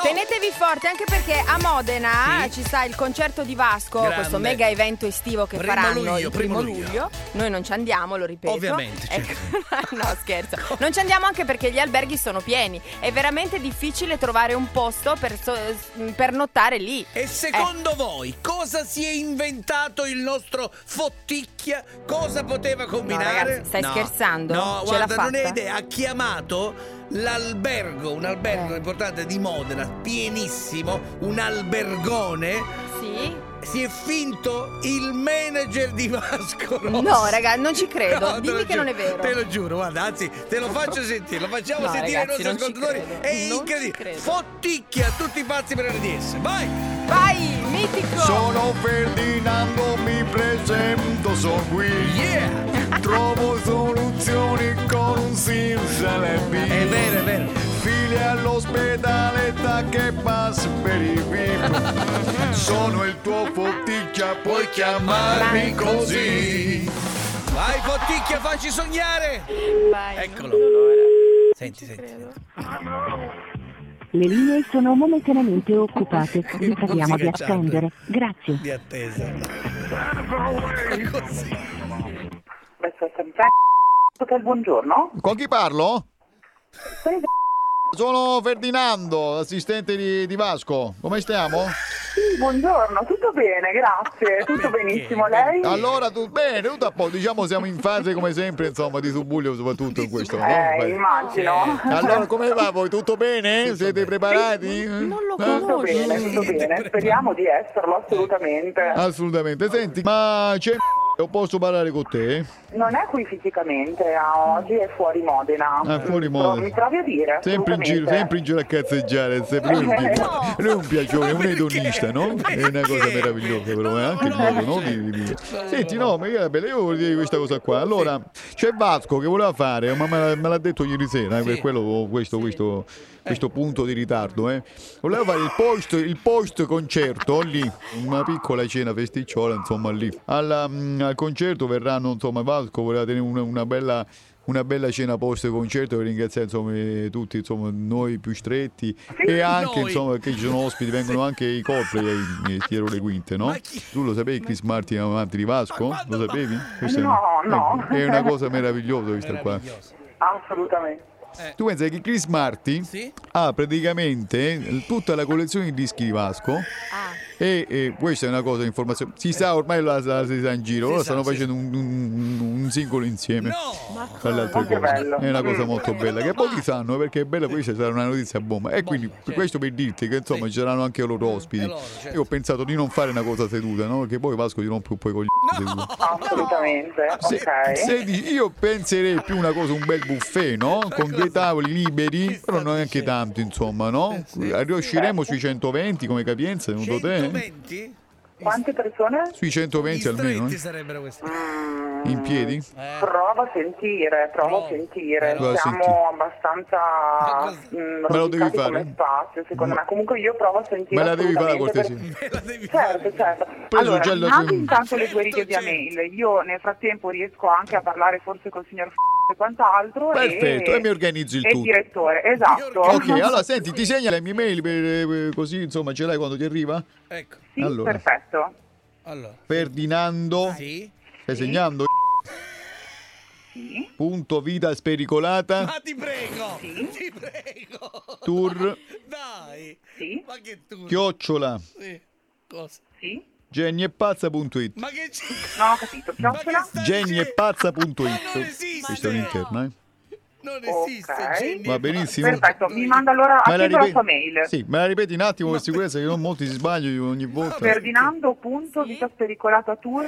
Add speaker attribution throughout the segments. Speaker 1: Oh! Tenetevi forti anche perché a Modena
Speaker 2: Sì.
Speaker 1: ci sta il concerto di Vasco,
Speaker 2: Grande.
Speaker 1: questo mega evento estivo che
Speaker 2: Primo
Speaker 1: faranno
Speaker 2: luglio,
Speaker 1: il primo
Speaker 2: primo
Speaker 1: luglio.
Speaker 2: luglio.
Speaker 1: Noi non ci andiamo, lo ripeto.
Speaker 2: Ovviamente, certo.
Speaker 1: Ecco, no, scherzo. Non ci andiamo anche perché gli alberghi sono pieni. È veramente difficile trovare un posto per, so- per nottare lì.
Speaker 2: E secondo voi cosa si è inventato il nostro Fotticchia? Cosa poteva combinare?
Speaker 1: ragazzi, stai scherzando?
Speaker 2: No,
Speaker 1: Ce
Speaker 2: guarda,
Speaker 1: l'ha
Speaker 2: non hai
Speaker 1: fatta?
Speaker 2: idea. Ha chiamato l'albergo, un albergo
Speaker 1: Eh.
Speaker 2: importante di Modena, pienissimo, un albergone.
Speaker 1: Sì?
Speaker 2: Si è finto il manager di Vasco Rossi.
Speaker 1: No, raga, non ci credo.
Speaker 2: No, te
Speaker 1: Dimmi
Speaker 2: lo
Speaker 1: che non è
Speaker 2: giuro,
Speaker 1: vero.
Speaker 2: Te lo giuro, guarda, anzi, te lo faccio sentire, lo facciamo
Speaker 1: No,
Speaker 2: sentire
Speaker 1: ragazzi,
Speaker 2: ai
Speaker 1: non ci
Speaker 2: nostri ascoltatori.
Speaker 1: credo.
Speaker 2: È
Speaker 1: Non ci
Speaker 2: incredibile.
Speaker 1: credo.
Speaker 2: Fotticchia tutti i pazzi per RDS. Vai!
Speaker 1: Vai, mitico!
Speaker 3: Sono Ferdinando, mi presento, sono qui.
Speaker 2: Yeah!
Speaker 3: Trovo soluzioni con un
Speaker 2: È
Speaker 3: simsalabim.
Speaker 2: vero, è vero.
Speaker 3: File all'ospedale, da che passa per i VIP. Sono il tuo fotticchia, puoi chiamarmi così.
Speaker 2: Vai Fotticchia, facci sognare.
Speaker 1: Vai.
Speaker 2: Eccolo.
Speaker 1: non vedo l'ora.
Speaker 2: Senti, senti.
Speaker 1: credo.
Speaker 2: senti.
Speaker 4: Le linee sono momentaneamente occupate. Vi preghiamo di
Speaker 2: Musica chart.
Speaker 4: attendere. Grazie.
Speaker 2: Di attesa. Così.
Speaker 5: Questo Hotel, buongiorno.
Speaker 3: Con chi parlo? Sono Ferdinando, assistente di, di Vasco. Come stiamo?
Speaker 5: Sì, buongiorno, tutto bene, grazie. Tutto benissimo,
Speaker 3: Eh,
Speaker 5: lei?
Speaker 3: Allora, tu, bene, tutto a posto. Diciamo siamo in fase come sempre, insomma, di subbuglio soprattutto in questo. no?
Speaker 5: Eh,
Speaker 3: Beh. eh.
Speaker 5: immagino.
Speaker 3: Allora, come va voi? Tutto bene? Siete preparati?
Speaker 1: Non lo
Speaker 3: Eh?
Speaker 5: Tutto bene, tutto bene. Speriamo di esserlo, assolutamente.
Speaker 3: Assolutamente. Senti, ma c'è... Posso parlare con te?
Speaker 5: Non è qui fisicamente, ah, oggi è fuori Modena.
Speaker 3: Ah, fuori
Speaker 5: Però
Speaker 3: Modena.
Speaker 5: Mi trovi a dire?
Speaker 3: Sempre in giro,
Speaker 5: assolutamente. Eh,
Speaker 3: sempre in giro a cazzeggiare. sempre- Lui è un, pi-
Speaker 1: No.
Speaker 3: lui è un piaccione, un edonista, no? È una cosa
Speaker 2: Perché?
Speaker 3: meravigliosa, però è anche il
Speaker 2: No,
Speaker 3: modo, no?
Speaker 2: cioè-
Speaker 3: di- di- di- Senti, no, ma io, bella, io volevo dire questa cosa qua. Allora, c'è Vasco che voleva fare, ma me l'ha, me l'ha detto ieri sera, eh, per quello ho questo, questo,
Speaker 2: Eh.
Speaker 3: questo punto di ritardo, eh. Voleva fare il post, il post concerto lì, una piccola cena festicciola, insomma, lì. Alla, mm, al concerto verranno, insomma, Vasco voleva tenere una, una bella una bella cena post concerto per ringraziare insomma eh, tutti insomma noi più stretti e anche
Speaker 2: Noi.
Speaker 3: insomma perché ci sono ospiti vengono anche i copri e i tiro le quinte no?
Speaker 2: Ma chi-
Speaker 3: tu lo sapevi che Chris Martin è un amante di Vasco?
Speaker 2: Ma quando-
Speaker 3: lo sapevi? Questa
Speaker 5: No,
Speaker 3: è, una-
Speaker 5: no.
Speaker 3: è una cosa meravigliosa questa qua
Speaker 2: Meraviglioso.
Speaker 5: Assolutamente.
Speaker 3: tu pensi che Chris Martin
Speaker 2: Sì?
Speaker 3: ha praticamente tutta la collezione di dischi di Vasco
Speaker 1: Ah.
Speaker 3: e, e questa è una cosa informazione si sa ormai la, la- si sa in giro
Speaker 2: Si
Speaker 3: ora
Speaker 2: sa,
Speaker 3: stanno
Speaker 2: sì.
Speaker 3: facendo un, un- un singolo insieme
Speaker 2: No!
Speaker 3: tra le altre
Speaker 5: Ma che
Speaker 3: cose.
Speaker 5: bello.
Speaker 3: È una cosa
Speaker 5: Mm.
Speaker 3: molto bella che pochi sanno perché è bella questa sarà una notizia bomba. E quindi questo per dirti che insomma
Speaker 2: certo. Sì.
Speaker 3: ci saranno anche loro ospiti.
Speaker 2: e loro, certo.
Speaker 3: Io ho pensato di non fare una cosa seduta, no? Perché poi Vasco ti rompe un po' i coglioni. seduto.
Speaker 5: Assolutamente.
Speaker 3: Se-
Speaker 5: ok.
Speaker 3: se dici- io penserei più una cosa, un bel buffet, no? Con dei tavoli liberi, però non neanche tanto, insomma,
Speaker 2: Eh,
Speaker 3: no? Riusciremo sui 120 come capienza, secondo te?
Speaker 2: 120?
Speaker 5: Quante persone?
Speaker 3: Sui
Speaker 2: I
Speaker 3: 120 almeno,
Speaker 2: stretti
Speaker 3: eh?
Speaker 2: sarebbero questi.
Speaker 5: Mm,
Speaker 3: in piedi?
Speaker 2: Eh.
Speaker 5: Provo a sentire, provo
Speaker 2: Provo.
Speaker 5: a sentire.
Speaker 3: Prova a
Speaker 5: Siamo
Speaker 3: sentire.
Speaker 2: Ma
Speaker 5: abbastanza
Speaker 2: cosa-
Speaker 5: mm,
Speaker 3: Me lo
Speaker 5: rosicati
Speaker 3: devi fare?
Speaker 5: come spazio, secondo
Speaker 3: Ma-
Speaker 5: me. Comunque io provo a sentire.
Speaker 3: Me la devi fare la cortesia.
Speaker 5: assolutamente
Speaker 2: Me la devi fare.
Speaker 5: Certo, certo.
Speaker 3: Preso
Speaker 5: allora,
Speaker 3: già la-
Speaker 5: mandi intanto le tue righe
Speaker 2: Certo,
Speaker 5: via
Speaker 2: certo.
Speaker 5: mail. Io nel frattempo riesco anche a parlare forse col signor F e quant'altro.
Speaker 3: Perfetto, e mi organizzo il
Speaker 5: e
Speaker 3: tutto.
Speaker 5: direttore, esatto.
Speaker 3: eh? Ok, allora senti, ti segna la mia mail per, eh, così insomma ce l'hai quando ti arriva?
Speaker 2: Ecco,
Speaker 5: Sì,
Speaker 3: allora.
Speaker 5: perfetto.
Speaker 2: allora.
Speaker 3: Ferdinando,
Speaker 2: Sì?
Speaker 3: stai segnando?
Speaker 5: Sì,
Speaker 3: Punto vita spericolata,
Speaker 2: Ma Ah, ti prego!
Speaker 5: Sì.
Speaker 2: Ti prego!
Speaker 3: tour,
Speaker 2: Dai!
Speaker 5: sì,
Speaker 2: Ma che tu...
Speaker 3: chiocciola,
Speaker 2: Sì. Cosa?
Speaker 5: sì.
Speaker 3: geniepazza.it
Speaker 2: Ma che c'è?
Speaker 5: Non ho capito.
Speaker 2: Ma che
Speaker 5: Chiocciola?
Speaker 2: stai Ma non
Speaker 3: geniepazza.it
Speaker 2: esiste!
Speaker 3: Questa è un'interna, eh?
Speaker 2: Non
Speaker 5: Ok.
Speaker 2: esiste Jenny.
Speaker 3: Va benissimo.
Speaker 5: Perfetto, mi manda allora
Speaker 3: Me la
Speaker 5: attendo la,
Speaker 3: ripeti-
Speaker 5: sua mail.
Speaker 3: Sì, me la ripeti un attimo per sicurezza che non molti si sbagliano ogni volta.
Speaker 5: Ferdinando.vitaspericolatatur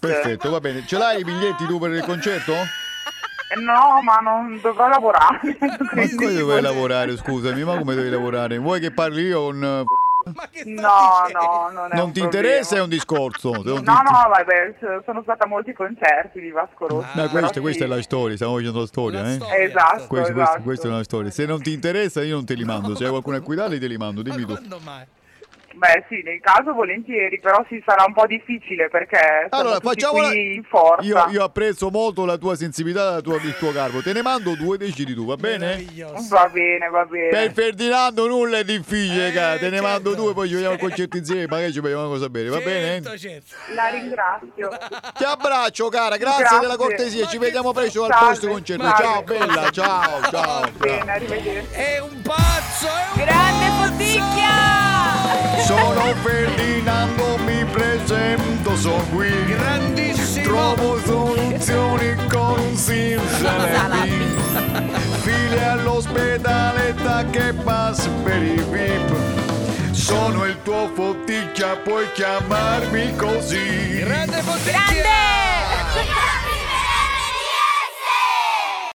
Speaker 3: Perfetto, va bene. Ce l'hai i biglietti tu per il concerto?
Speaker 5: Eh, No, ma non dovrò lavorare.
Speaker 3: Ma
Speaker 5: quindi-
Speaker 3: come dovevi lavorare, scusami, ma come devi lavorare? Vuoi che parli io con... eh,
Speaker 2: Ma che stai
Speaker 5: No,
Speaker 2: dicendo?
Speaker 5: no, non è
Speaker 3: Non
Speaker 5: un
Speaker 3: ti
Speaker 5: problema.
Speaker 3: interessa è un discorso. se non ti
Speaker 5: No, no, vabbè, s- sono stata a molti concerti di Vasco Rossi.
Speaker 3: Ma
Speaker 5: però
Speaker 3: questa,
Speaker 5: sì.
Speaker 3: questa è la storia, stiamo facendo la storia,
Speaker 2: La
Speaker 3: eh?
Speaker 2: storia.
Speaker 5: Esatto,
Speaker 3: Questa, questa-
Speaker 5: esatto.
Speaker 3: questa è una storia. Se non ti interessa, io non te li mando. Se hai qualcuno a guidarli, te li mando.
Speaker 2: Ma
Speaker 3: Dimmi tu.
Speaker 2: quando mai?
Speaker 5: Beh sì, nel caso volentieri, però sì, sarà un po' difficile perché siamo
Speaker 3: Allora,
Speaker 5: tutti
Speaker 3: facciamola.
Speaker 5: qui in forza.
Speaker 3: Io, io apprezzo molto la tua sensibilità, la tua- il tuo cargo. Te ne mando due, decidi tu, va bene?
Speaker 2: Meraviglioso.
Speaker 5: Va bene, va bene.
Speaker 3: Per Ferdinando nulla è difficile,
Speaker 2: Eh,
Speaker 3: cara. Te ne
Speaker 2: certo.
Speaker 3: mando due, poi ci vediamo al concerto insieme, magari ci vogliamo una cosa bene, va
Speaker 2: Certo,
Speaker 3: bene?
Speaker 2: certo.
Speaker 5: La ringrazio.
Speaker 3: Ti abbraccio, cara, grazie,
Speaker 5: Grazie.
Speaker 3: della cortesia,
Speaker 2: Ma
Speaker 3: ci
Speaker 2: che
Speaker 3: vediamo
Speaker 2: sto-
Speaker 3: presto al
Speaker 5: Salve,
Speaker 3: posto concerto.
Speaker 5: salve.
Speaker 3: Ciao, bella, ciao, ciao.
Speaker 5: Bene, arrivederci.
Speaker 2: È un pazzo, è un
Speaker 1: Grande
Speaker 2: pazzo!
Speaker 1: Foticchia!
Speaker 3: Sono Ferdinando, mi presento, sono qui.
Speaker 2: Grandissimo!
Speaker 3: Trovo soluzioni con un
Speaker 1: Salami.
Speaker 3: simsalabim File all'ospedale da che passa per i VIP Sono il tuo fotticcia, puoi chiamarmi così
Speaker 2: Grande Foticchia!
Speaker 1: Grande!